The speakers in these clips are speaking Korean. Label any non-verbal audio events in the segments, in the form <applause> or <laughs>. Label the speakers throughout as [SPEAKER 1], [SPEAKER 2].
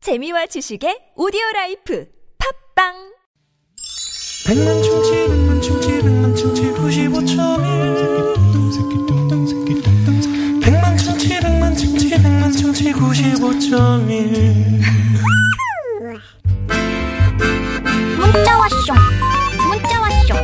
[SPEAKER 1] 재미와 지식의 오디오 라이프 팝빵
[SPEAKER 2] 백만 충치 백만 충치 백만 충치 95.1 백만 충치 백만 충치 백만 충치 95.1
[SPEAKER 3] 문자 왔쇼 문자 왔쇼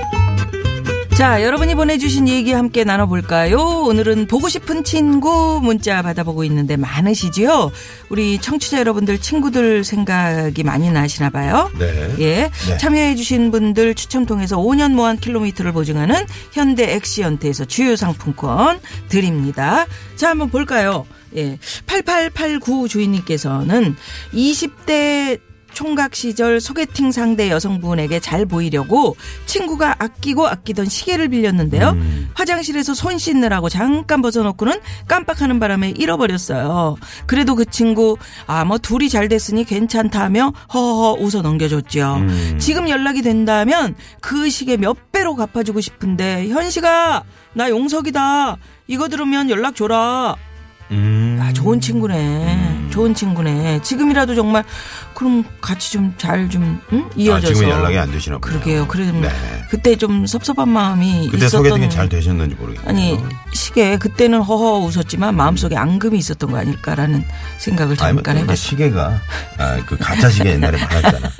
[SPEAKER 4] 자, 여러분이 보내주신 얘기 함께 나눠볼까요? 오늘은 보고 싶은 친구 문자 받아보고 있는데 많으시지요? 우리 청취자 여러분들 친구들 생각이 많이 나시나 봐요.
[SPEAKER 5] 네.
[SPEAKER 4] 예. 참여해주신 분들 추첨 통해서 5년 모한 킬로미터를 보증하는 현대 엑시언트에서 주요 상품권 드립니다. 자, 한번 볼까요? 예. 8889 주인님께서는 20대 총각 시절 소개팅 상대 여성분에게 잘 보이려고 친구가 아끼고 아끼던 시계를 빌렸는데요.
[SPEAKER 5] 음.
[SPEAKER 4] 화장실에서 손 씻느라고 잠깐 벗어놓고는 깜빡하는 바람에 잃어버렸어요. 그래도 그 친구 아 뭐 둘이 잘 됐으니 괜찮다며 허허 웃어 넘겨줬죠.
[SPEAKER 5] 음.
[SPEAKER 4] 지금 연락이 된다면 그 시계 몇 배로 갚아주고 싶은데 현식아 나 용석이다. 이거 들으면 연락 줘라. 아,
[SPEAKER 5] 음.
[SPEAKER 4] 좋은 친구네. 좋은 친구네. 지금이라도 정말 그럼 같이 좀 잘 좀
[SPEAKER 5] 아,
[SPEAKER 4] 이어져서
[SPEAKER 5] 지금 연락이 안 되시나 보네요.
[SPEAKER 4] 그러게요. 뭐 그래 좀
[SPEAKER 5] 네.
[SPEAKER 4] 그때 좀 섭섭한 마음이
[SPEAKER 5] 그때
[SPEAKER 4] 있었던
[SPEAKER 5] 소개팅이 잘 되셨는지 모르겠네요.
[SPEAKER 4] 아니 시계 그때는 허허 웃었지만 마음속에 앙금이 있었던 거 아닐까라는 생각을
[SPEAKER 5] 아니,
[SPEAKER 4] 잠깐
[SPEAKER 5] 뭐, 그러니까
[SPEAKER 4] 해봤어요.
[SPEAKER 5] 시계가 아, 그 가짜 시계 옛날에 많았잖아.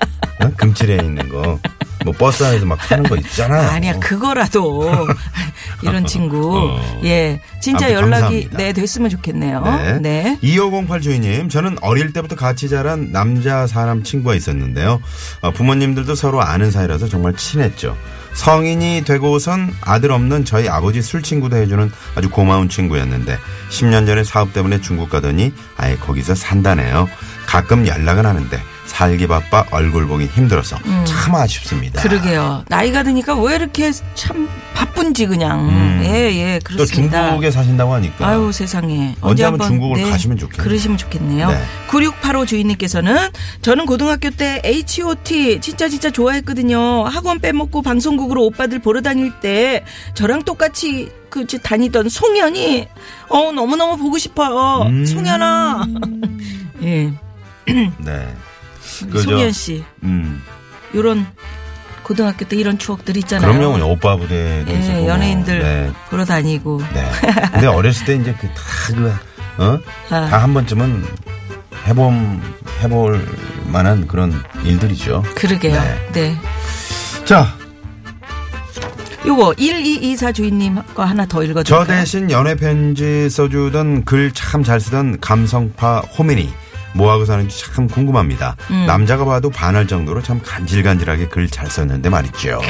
[SPEAKER 5] 어? 금칠에 있는 거. 뭐 버스 안에서 막 파는 거 있잖아.
[SPEAKER 4] 아니야 그거라도 <laughs> 이런 친구
[SPEAKER 5] 어.
[SPEAKER 4] 예 진짜
[SPEAKER 5] 아무튼
[SPEAKER 4] 연락이
[SPEAKER 5] 감사합니다.
[SPEAKER 4] 네 됐으면 좋겠네요.
[SPEAKER 5] 네.
[SPEAKER 4] 네.
[SPEAKER 5] 2508 주인님, 저는 어릴 때부터 같이 자란 남자 사람 친구가 있었는데요. 어, 부모님들도 서로 아는 사이라서 정말 친했죠. 성인이 되고선 아들 없는 저희 아버지 술 친구도 해주는 아주 고마운 친구였는데 10년 전에 사업 때문에 중국 가더니 아예 거기서 산다네요. 가끔 연락은 하는데 살기 바빠 얼굴 보기 힘들어서 참 아쉽습니다.
[SPEAKER 4] 음. 그러게요. 나이가 드니까 왜 이렇게 참 바쁜지 그냥.
[SPEAKER 5] 음.
[SPEAKER 4] 예, 예,
[SPEAKER 5] 또
[SPEAKER 4] 그렇습니다.
[SPEAKER 5] 중국에 사신다고 하니까.
[SPEAKER 4] 아유 세상에
[SPEAKER 5] 언제 한번
[SPEAKER 4] 한번,
[SPEAKER 5] 중국으로 가시면 좋겠네요.
[SPEAKER 4] 그러시면 좋겠네요.
[SPEAKER 5] 네.
[SPEAKER 4] 9685 주인님께서는 저는 고등학교 때 H.O.T 진짜 진짜 좋아했거든요. 학원 빼먹고 방송국으로 오빠들 보러 다닐 때 저랑 똑같이 그 지- 다니던 송현이 어 너무 너무 보고 싶어요.
[SPEAKER 5] 음.
[SPEAKER 4] 송현아. <laughs> 예.
[SPEAKER 5] 네. 그죠.
[SPEAKER 4] 송현 씨.
[SPEAKER 5] 음.
[SPEAKER 4] 요런 고등학교 때 이런 추억들 있잖아요.
[SPEAKER 5] 그럼요. 오빠 부대도 있었고.
[SPEAKER 4] 예, 연예인들
[SPEAKER 5] 네.
[SPEAKER 4] 보러 다니고
[SPEAKER 5] 네. 근데 어렸을 때 이제 그 다 그, 어?
[SPEAKER 4] 아.
[SPEAKER 5] 다 한 번쯤은 해봄, 해볼 만한 그런 일들이죠.
[SPEAKER 4] 그러게요. 네.
[SPEAKER 5] 자,
[SPEAKER 4] 요거 1224 주인님 거 하나 더 읽어
[SPEAKER 5] 저
[SPEAKER 4] 드릴까요?
[SPEAKER 5] 대신 연애 편지 써주던 글 참 잘 쓰던 감성파 호민이. 뭐하고 사는지 참 궁금합니다.
[SPEAKER 4] 음.
[SPEAKER 5] 남자가 봐도 반할 정도로 참 간질간질하게 글 잘 썼는데 말이죠.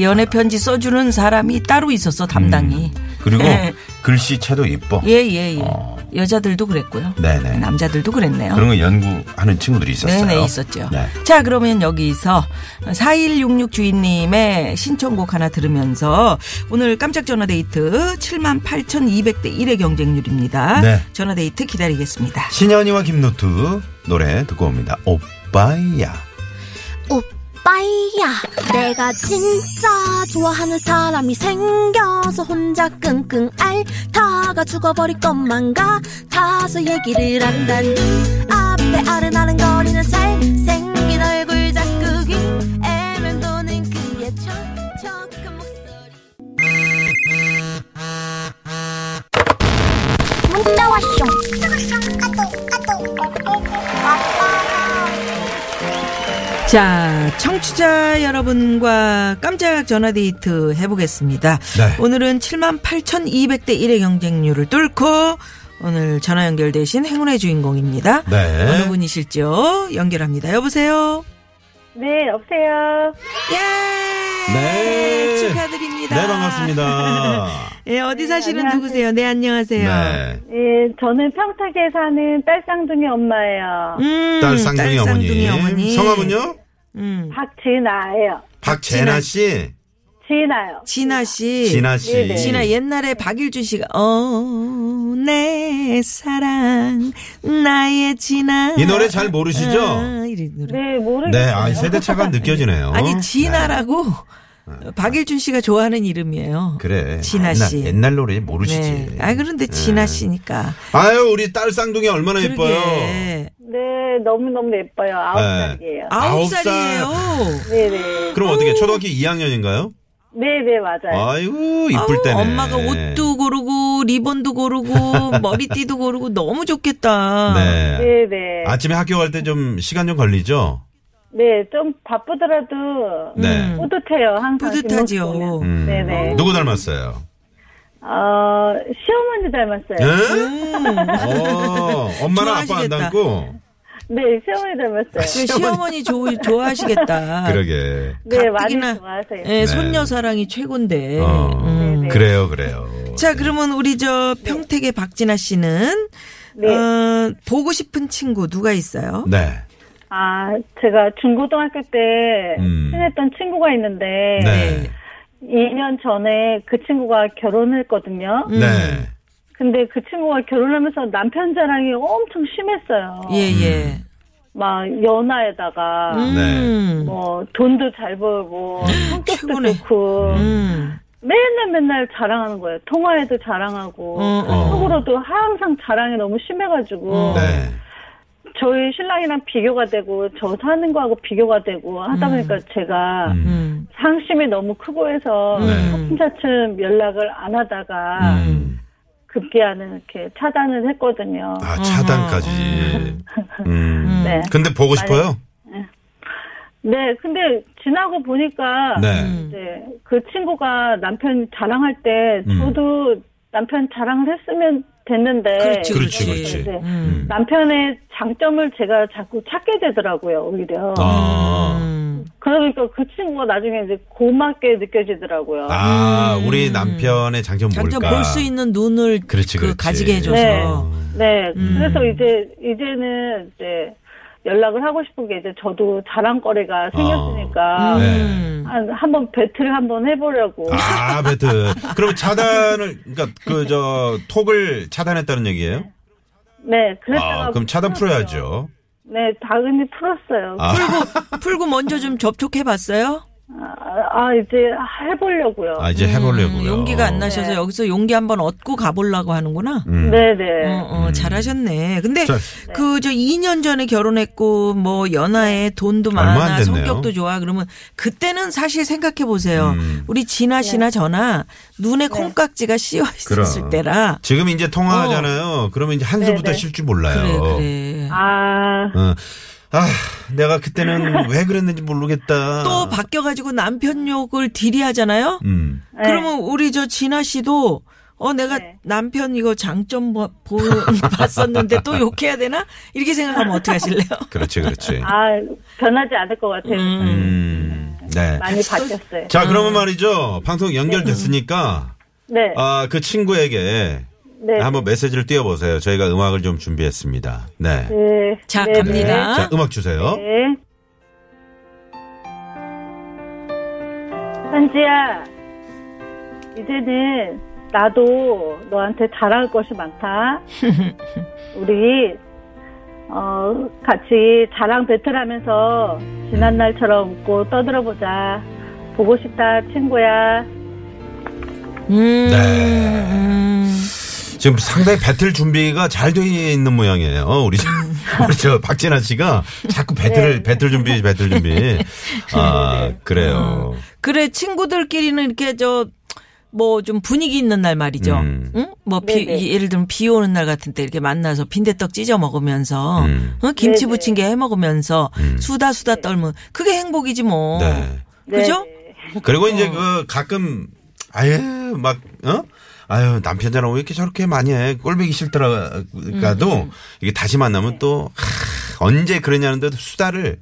[SPEAKER 4] 연애 편지 써주는 사람이 따로 있었어 담당이. <laughs>
[SPEAKER 5] 그리고
[SPEAKER 4] 예.
[SPEAKER 5] 글씨체도 이뻐.
[SPEAKER 4] 예예 예, 예.
[SPEAKER 5] 음. 어.
[SPEAKER 4] 여자들도 그랬고요.
[SPEAKER 5] 네네.
[SPEAKER 4] 남자들도 그랬네요.
[SPEAKER 5] 그런 거 연구하는 친구들이 있었어요.
[SPEAKER 4] 네네 있었죠.
[SPEAKER 5] 네.
[SPEAKER 4] 자 그러면 여기서 4166 주인님의 신청곡 하나 들으면서 오늘 깜짝 전화데이트 78,200대 1의 경쟁률입니다.
[SPEAKER 5] 네.
[SPEAKER 4] 전화데이트 기다리겠습니다.
[SPEAKER 5] 신현이와 김노트 노래 듣고 옵니다. 오빠야.
[SPEAKER 3] 오빠야 내가 진짜 좋아하는 사람이 생겨서 혼자 끙끙 앓다가 죽어버릴 것만 같아서 얘기를 한다니 앞에 아른아른거리는 잘생긴 얼굴 자꾸 귀에만 도는 그의 척척한 목소리 문자 왔쇼
[SPEAKER 4] 자, 청취자 여러분과 깜짝 전화데이트 해보겠습니다.
[SPEAKER 5] 네.
[SPEAKER 4] 오늘은 78,200대 1의 경쟁률을 뚫고 오늘 전화 연결되신 행운의 주인공입니다. 어느
[SPEAKER 5] 네.
[SPEAKER 4] 분이실지요? 연결합니다. 여보세요?
[SPEAKER 6] 네, 여보세요.
[SPEAKER 4] 예!
[SPEAKER 5] 네.
[SPEAKER 4] 축하드립니다.
[SPEAKER 5] 네, 반갑습니다.
[SPEAKER 4] <laughs> 예, 어디 사시는 누구세요? 네, 안녕하세요.
[SPEAKER 5] 네.
[SPEAKER 4] 음,
[SPEAKER 6] 예, 저는 평택에 사는 딸쌍둥이 엄마예요.
[SPEAKER 4] 음,
[SPEAKER 5] 딸 쌍둥이
[SPEAKER 4] 쌍둥이
[SPEAKER 5] 어머니. 성함은요?
[SPEAKER 4] 음,
[SPEAKER 6] 박진아예요.
[SPEAKER 5] 박재나 씨.
[SPEAKER 6] 진아요.
[SPEAKER 4] 진아 씨.
[SPEAKER 5] 진아 씨.
[SPEAKER 6] 네, 네.
[SPEAKER 4] 지나 옛날에 박일준 씨가 어, 어내 사랑 나의 진아
[SPEAKER 5] 이 노래 잘 모르시죠?
[SPEAKER 4] 아, 이 노래.
[SPEAKER 6] 네,
[SPEAKER 5] 네,
[SPEAKER 6] 모르겠어요.
[SPEAKER 5] 아 세대차가 느껴지네요.
[SPEAKER 4] 음. 아니 진아라고
[SPEAKER 5] 네.
[SPEAKER 4] 박일준 씨가 좋아하는 이름이에요. 네.
[SPEAKER 5] 그래.
[SPEAKER 4] 진아
[SPEAKER 5] 옛날,
[SPEAKER 4] 씨. 그
[SPEAKER 5] 옛날 노래 모르시지.
[SPEAKER 4] 네. 아 그런데 진아 씨니까
[SPEAKER 5] 아유, 우리 딸 쌍둥이 얼마나 예뻐요.
[SPEAKER 4] 그러게.
[SPEAKER 6] 네, 네, 너무너무 예뻐요. 아홉
[SPEAKER 5] 네.
[SPEAKER 6] 살이에요.
[SPEAKER 4] 아홉
[SPEAKER 5] 아홉 살.
[SPEAKER 4] 살이에요.
[SPEAKER 6] 네네.
[SPEAKER 5] 그럼 어떻게 초등학교 2학년인가요?
[SPEAKER 6] 네네, 맞아요.
[SPEAKER 5] 어, 아이고 <laughs> 이쁠
[SPEAKER 4] 아우,
[SPEAKER 5] 때네.
[SPEAKER 4] 엄마가 옷도 고르고 리본도
[SPEAKER 5] <laughs>
[SPEAKER 4] 고르고 머리띠도 고르고 너무 좋겠다.
[SPEAKER 5] 네.
[SPEAKER 6] 네네.
[SPEAKER 5] 아침에 학교 갈 때 좀 시간 좀 걸리죠?
[SPEAKER 6] 네, 좀 바쁘더라도
[SPEAKER 5] 네.
[SPEAKER 4] 음.
[SPEAKER 6] 뿌듯해요. 항상
[SPEAKER 4] 뿌듯하지요.
[SPEAKER 6] 뒷모습 보면.
[SPEAKER 5] 음.
[SPEAKER 6] 네네.
[SPEAKER 5] 누구 닮았어요?
[SPEAKER 6] 어, 시어머니
[SPEAKER 5] 예?
[SPEAKER 6] 닮았어요.
[SPEAKER 5] 어, 엄마랑 아빠
[SPEAKER 4] 네.
[SPEAKER 5] 안
[SPEAKER 4] 음. 좋아하시겠다.
[SPEAKER 5] 닮고?
[SPEAKER 6] 네,
[SPEAKER 4] <laughs>
[SPEAKER 6] 시어머니 닮았어요.
[SPEAKER 4] 시어머니 조, 좋아하시겠다.
[SPEAKER 5] 그러게.
[SPEAKER 6] 네, 많이
[SPEAKER 4] 가뜩이나-
[SPEAKER 6] 좋아하세요.
[SPEAKER 4] 예, 손녀 사랑이 최고인데.
[SPEAKER 5] 네. 어,
[SPEAKER 4] 음.
[SPEAKER 6] 네네.
[SPEAKER 5] 그래요, 그래요.
[SPEAKER 4] 자, 그러면 우리 저 평택의 박진아 씨는
[SPEAKER 6] 네.
[SPEAKER 4] 어, 보고 싶은 친구 누가 있어요?
[SPEAKER 5] 네.
[SPEAKER 6] 아, 제가 중고등학교 때
[SPEAKER 5] 음.
[SPEAKER 6] 친했던 친구가 있는데
[SPEAKER 5] 네.
[SPEAKER 6] 2년 전에 그 친구가 결혼했거든요.
[SPEAKER 4] 음.
[SPEAKER 5] 네. 네.
[SPEAKER 6] 근데 그 친구가 결혼하면서 남편 자랑이 엄청 심했어요.
[SPEAKER 4] 예, 예.
[SPEAKER 6] 막 연하에다가
[SPEAKER 5] 네.
[SPEAKER 4] 음.
[SPEAKER 6] 뭐 돈도 잘 벌고 성격도
[SPEAKER 4] 최고네.
[SPEAKER 6] 좋고
[SPEAKER 4] 음.
[SPEAKER 6] 맨날 맨날 자랑하는 거예요. 통화에도 자랑하고
[SPEAKER 4] 어,
[SPEAKER 5] 어.
[SPEAKER 6] 속으로도 항상 자랑이 너무 심해가지고
[SPEAKER 4] 어.
[SPEAKER 5] 네.
[SPEAKER 6] 저희 신랑이랑 비교가 되고 저 사는 거하고 비교가 되고 하다 보니까 제가
[SPEAKER 5] 음.
[SPEAKER 4] 음.
[SPEAKER 6] 상심이 너무 크고 해서
[SPEAKER 5] 네.
[SPEAKER 6] 차츰차츰 연락을 안
[SPEAKER 4] 어.
[SPEAKER 6] 하다가
[SPEAKER 5] 음.
[SPEAKER 6] 급기야는 이렇게 차단을 했거든요.
[SPEAKER 5] 아, 차단까지. 음.
[SPEAKER 6] 네.
[SPEAKER 5] 근데 보고 싶어요?
[SPEAKER 6] 네, 근데 지나고 보니까
[SPEAKER 4] 음.
[SPEAKER 5] 네.
[SPEAKER 6] 네, 그 친구가 남편 자랑할 때
[SPEAKER 5] 음.
[SPEAKER 6] 저도 남편 자랑을 했으면 됐는데
[SPEAKER 4] 그렇지,
[SPEAKER 5] 그렇지,
[SPEAKER 4] 그렇지.
[SPEAKER 5] 그렇지.
[SPEAKER 6] 네,
[SPEAKER 4] 음.
[SPEAKER 6] 남편의 장점을 제가 자꾸 찾게 되더라고요 오히려
[SPEAKER 5] 아.
[SPEAKER 4] 음.
[SPEAKER 6] 그러니까 그 친구가 나중에 이제 고맙게 느껴지더라고요
[SPEAKER 5] 아, 우리 남편의 장점
[SPEAKER 4] 음. 장점
[SPEAKER 5] 뭘까?
[SPEAKER 4] 볼 수 있는 눈을
[SPEAKER 5] 그렇지,
[SPEAKER 4] 그
[SPEAKER 5] 그렇지.
[SPEAKER 4] 가지게 해줘서.
[SPEAKER 6] 네. 네
[SPEAKER 5] 음.
[SPEAKER 6] 그래서 이제 이제는 이제 연락을 하고 싶은 게 이제 저도 자랑거리가 생겼으니까
[SPEAKER 5] 네.
[SPEAKER 4] 음.
[SPEAKER 6] 한, 한번 배틀을 한번 해보려고
[SPEAKER 5] 아, 배트. 그럼 차단을, 그러니까 그, 저, 톡을 차단했다는 얘기예요?
[SPEAKER 6] 네 그랬다가
[SPEAKER 5] 아, 그럼 차단 풀어야죠.
[SPEAKER 6] 네 당연히 풀었어요
[SPEAKER 5] 아,
[SPEAKER 4] 풀고 먼저 좀 접촉해 봤어요?
[SPEAKER 6] 아, 아, 이제 해보려고요.
[SPEAKER 5] 아, 이제 해보려고요.
[SPEAKER 4] 음. 용기가 안 나셔서
[SPEAKER 6] 네.
[SPEAKER 4] 여기서 용기 한번 얻고 가보려고 하는구나.
[SPEAKER 5] 음.
[SPEAKER 6] 네네.
[SPEAKER 4] 어, 어, 잘하셨네. 근데
[SPEAKER 5] 자.
[SPEAKER 4] 그 저 2년 전에 결혼했고 뭐
[SPEAKER 6] 네.
[SPEAKER 4] 연하에 돈도
[SPEAKER 5] 얼마 안
[SPEAKER 4] 많아
[SPEAKER 5] 됐네요.
[SPEAKER 4] 성격도 좋아 그러면 그때는 사실 생각해 보세요.
[SPEAKER 5] 음.
[SPEAKER 4] 우리 진아
[SPEAKER 6] 네.
[SPEAKER 4] 씨나 저나 눈에 콩깍지가 씌어 있었을
[SPEAKER 5] 그럼.
[SPEAKER 4] 때라
[SPEAKER 5] 지금 이제 통화하잖아요. 그러면 이제 한숨부터
[SPEAKER 6] 네.
[SPEAKER 5] 쉴 줄 몰라요.
[SPEAKER 4] 그래 그래.
[SPEAKER 6] 아,
[SPEAKER 5] 어. 아, 내가 그때는 왜 그랬는지 모르겠다.
[SPEAKER 6] 아.
[SPEAKER 4] 또 바뀌어가지고 남편 욕을 딜이하잖아요.
[SPEAKER 5] 음.
[SPEAKER 6] 네.
[SPEAKER 4] 그러면 우리 저 진아 씨도 어 내가
[SPEAKER 6] 네.
[SPEAKER 4] 남편 이거 장점 보, <laughs> 보- 봤었는데 또 욕해야 되나 이렇게 생각하면 어떻게 하실래요?
[SPEAKER 5] 그렇지, 그렇지.
[SPEAKER 6] 아, 변하지 않을 것 같아요.
[SPEAKER 5] 음. 네.
[SPEAKER 6] 많이 바뀌었어요.
[SPEAKER 5] 자, 그러면 말이죠. 방송 연결됐으니까,
[SPEAKER 6] 네.
[SPEAKER 5] 아, 그 친구에게
[SPEAKER 6] 네.
[SPEAKER 5] 한번 메시지를 띄워보세요. 저희가 음악을 좀 준비했습니다. 네.
[SPEAKER 6] 네.
[SPEAKER 4] 자
[SPEAKER 6] 네,
[SPEAKER 5] 네.
[SPEAKER 4] 갑니다.
[SPEAKER 5] 자, 음악 주세요.
[SPEAKER 6] 네. 현지야, 이제는 나도 너한테 자랑할 것이 많다. 우리, 어, 같이 자랑 배틀 하면서 지난날처럼 웃고 떠들어보자. 보고 싶다, 친구야.
[SPEAKER 4] 음.
[SPEAKER 5] 네.
[SPEAKER 4] 음.
[SPEAKER 5] 지금 상당히 배틀 준비가 잘 되어 있는 모양이에요. 우리 저, 우리 저 박진아 씨가 자꾸 배틀을 배틀 준비 배틀 준비. 아 그래요.
[SPEAKER 4] 그래 친구들끼리는 이렇게 저 뭐 좀 분위기 있는 날 말이죠.
[SPEAKER 5] 음.
[SPEAKER 4] 응? 뭐 비,
[SPEAKER 6] 네네.
[SPEAKER 4] 예를 들면 비 오는 날 같은 때 이렇게 만나서 빈대떡 찢어 먹으면서
[SPEAKER 5] 음.
[SPEAKER 4] 어? 김치
[SPEAKER 6] 네네.
[SPEAKER 4] 부침개 해 먹으면서 수다 수다 떨면 그게 행복이지 뭐.
[SPEAKER 5] 네.
[SPEAKER 4] 그죠?
[SPEAKER 5] 그리고 이제 그 가끔 아유 막 어? 아유 남편 자랑 왜 이렇게 저렇게 많이 해 꼴보기 싫더라도 이게 다시 만나면 또 하, 언제 그러냐는데 수다를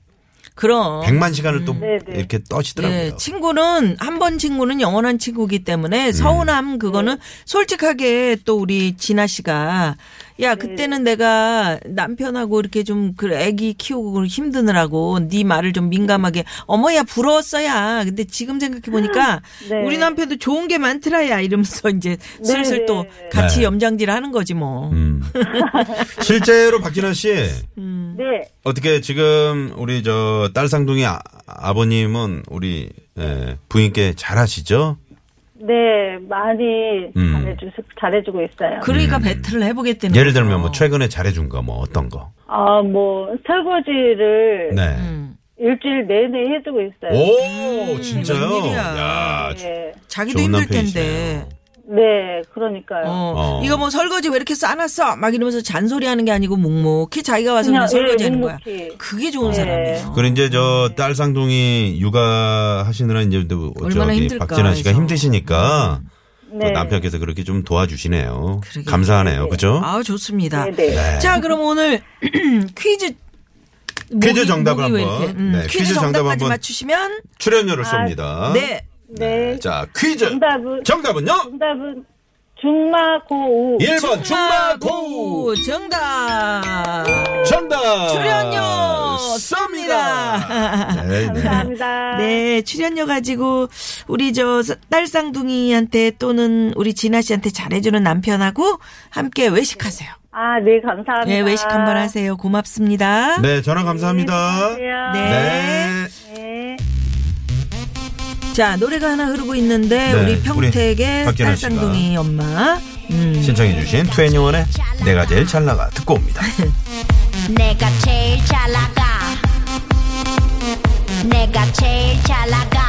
[SPEAKER 4] 그럼.
[SPEAKER 5] 백만 시간을 또
[SPEAKER 6] 네, 네.
[SPEAKER 5] 이렇게 떠시더라고요.
[SPEAKER 4] 예, 친구는 한 번 친구는 영원한 친구기 때문에
[SPEAKER 5] 음.
[SPEAKER 4] 서운함 그거는
[SPEAKER 6] 어.
[SPEAKER 4] 솔직하게 또 우리 진아 씨가 야
[SPEAKER 6] 네.
[SPEAKER 4] 그때는 내가 남편하고 이렇게 좀그 애기 키우고 그걸 힘드느라고 네 말을 좀 민감하게 어머야 부러웠어야 근데 지금 생각해 보니까
[SPEAKER 6] <laughs> 네.
[SPEAKER 4] 우리 남편도 좋은 게 많더라야 이러면서 이제 슬슬
[SPEAKER 6] 네,
[SPEAKER 4] 또
[SPEAKER 6] 네.
[SPEAKER 4] 같이
[SPEAKER 5] 네.
[SPEAKER 4] 염장질 하는 거지 뭐.
[SPEAKER 5] 음. 실제로 박진아 씨
[SPEAKER 6] 네.
[SPEAKER 5] 어떻게 지금 우리 저 딸 쌍둥이 아, 아버님은 우리 예, 부인께 잘하시죠?
[SPEAKER 6] 네, 많이
[SPEAKER 5] 음.
[SPEAKER 6] 잘해주, 잘해주고 있어요.
[SPEAKER 4] 그러니까 배틀을 해보겠다는
[SPEAKER 5] 예를
[SPEAKER 4] 거죠.
[SPEAKER 5] 들면 뭐 최근에 잘해준 거 뭐 어떤 거?
[SPEAKER 6] 아, 뭐, 설거지를
[SPEAKER 5] 네.
[SPEAKER 4] 음.
[SPEAKER 6] 일주일 내내 해주고 있어요.
[SPEAKER 5] 오 진짜요?
[SPEAKER 4] 웬일이야.
[SPEAKER 5] 야,
[SPEAKER 6] 네.
[SPEAKER 4] 자기도
[SPEAKER 5] 좋은
[SPEAKER 4] 힘들
[SPEAKER 5] 남편이시네요.
[SPEAKER 4] 텐데.
[SPEAKER 6] 네, 그러니까요.
[SPEAKER 4] 어.
[SPEAKER 5] 어.
[SPEAKER 4] 이거 뭐 설거지 왜 이렇게 싸놨어? 막 이러면서 잔소리 하는 게 아니고 묵묵히 자기가 와서 그냥
[SPEAKER 6] 그냥,
[SPEAKER 4] 설거지
[SPEAKER 6] 예,
[SPEAKER 4] 하는 거야.
[SPEAKER 6] 묵묵히.
[SPEAKER 4] 그게 좋은
[SPEAKER 6] 네.
[SPEAKER 4] 사람이에요.
[SPEAKER 5] 그리고 이제 저 딸 쌍둥이 육아 하시느라 이제 또
[SPEAKER 4] 얼마나
[SPEAKER 5] 저기
[SPEAKER 4] 힘들까
[SPEAKER 5] 박진아 씨가
[SPEAKER 4] 해서.
[SPEAKER 5] 힘드시니까 또
[SPEAKER 6] 네.
[SPEAKER 5] 남편께서 그렇게 좀 도와주시네요.
[SPEAKER 4] 그러게.
[SPEAKER 5] 감사하네요. 그죠?
[SPEAKER 4] 아 좋습니다.
[SPEAKER 6] 네, 네.
[SPEAKER 4] 자 그럼 오늘 <clears throat> 퀴즈
[SPEAKER 5] 퀴즈
[SPEAKER 4] 목이-
[SPEAKER 5] 정답을
[SPEAKER 4] 목이 왜
[SPEAKER 5] 한번.
[SPEAKER 4] 이렇게, 음,
[SPEAKER 5] 네,
[SPEAKER 4] 퀴즈,
[SPEAKER 5] 퀴즈 정답
[SPEAKER 4] 정답까지
[SPEAKER 5] 한번. 어?
[SPEAKER 4] 맞추시면
[SPEAKER 5] 출연료를 쏩니다.
[SPEAKER 4] 네.
[SPEAKER 6] 네.
[SPEAKER 5] 자, 퀴즈.
[SPEAKER 6] 정답은-
[SPEAKER 5] 정답은요?
[SPEAKER 6] 정답은 중마고우.
[SPEAKER 5] 1번 중마고
[SPEAKER 4] 정답.
[SPEAKER 5] 정답
[SPEAKER 4] 출연료
[SPEAKER 5] 쏩니다. 네, 네.
[SPEAKER 6] 감사합니다.
[SPEAKER 4] 네, 출연료 가지고 우리 저 딸 쌍둥이한테 또는 우리 진아 씨한테 잘해주는 남편하고 함께 외식하세요.
[SPEAKER 6] 아, 네, 감사합니다.
[SPEAKER 4] 네, 외식 한번 하세요. 고맙습니다.
[SPEAKER 5] 네, 전화 감사합니다.
[SPEAKER 6] 안녕하세요.
[SPEAKER 4] 네.
[SPEAKER 5] 네.
[SPEAKER 6] 네.
[SPEAKER 4] 자, 노래가 하나 흐르고 있는데
[SPEAKER 5] 네,
[SPEAKER 4] 우리
[SPEAKER 5] 우리
[SPEAKER 4] 평택의
[SPEAKER 5] 박진아
[SPEAKER 4] 딸
[SPEAKER 5] 씨가.
[SPEAKER 4] 쌍둥이 엄마. 음.
[SPEAKER 5] 신청해주신 투애니원의 내가 제일 잘 나가
[SPEAKER 4] <laughs>
[SPEAKER 5] 듣고 옵니다.
[SPEAKER 7] 내가 제일 잘 나가 내가 제일 잘 나가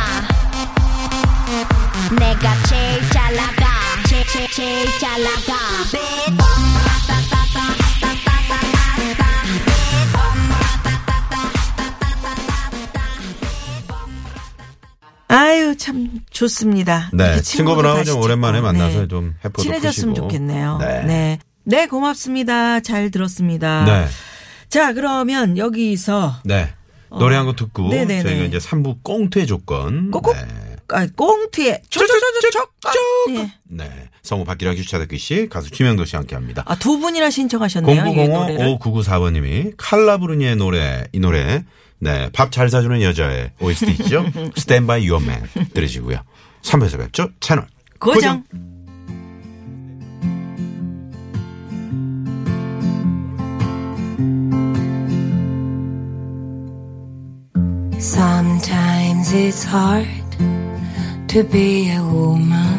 [SPEAKER 7] 내가 제일 잘 나가 제, 제, 제일 잘 나가
[SPEAKER 4] 아유, 참 좋습니다.
[SPEAKER 5] 네,
[SPEAKER 4] 이렇게
[SPEAKER 5] 친구분하고
[SPEAKER 4] 다시
[SPEAKER 5] 좀
[SPEAKER 4] 찾고,
[SPEAKER 5] 오랜만에 만나서
[SPEAKER 4] 네.
[SPEAKER 5] 좀 해보도
[SPEAKER 4] 친해졌으면
[SPEAKER 5] 푸시고.
[SPEAKER 4] 좋겠네요.
[SPEAKER 5] 네.
[SPEAKER 4] 네. 네. 고맙습니다. 잘 들었습니다.
[SPEAKER 5] 네.
[SPEAKER 4] 자, 그러면 여기서
[SPEAKER 5] 네. 노래 한 곡 듣고
[SPEAKER 4] 어. 네네네.
[SPEAKER 5] 저희가 이제 3부 꽁트의 조건.
[SPEAKER 4] 꼭꼭.
[SPEAKER 5] 네.
[SPEAKER 4] 아, 꽁트에 촉촉촉촉촉. 네.
[SPEAKER 5] 네. 성우 박기락 유차덕기 씨, 가수 김영도 씨 함께 합니다.
[SPEAKER 4] 아, 두 분이나 신청하셨네요. 이 노래를.
[SPEAKER 5] 0905-5994번님이 칼라브루니의 노래, 이 노래, 네, 밥 잘 사주는 여자의 OST
[SPEAKER 4] <laughs>
[SPEAKER 5] 있죠? Stand by your man. 들으시고요. 3회에서 뵙죠? 채널.
[SPEAKER 4] 고정.
[SPEAKER 8] Sometimes it's hard to be a woman.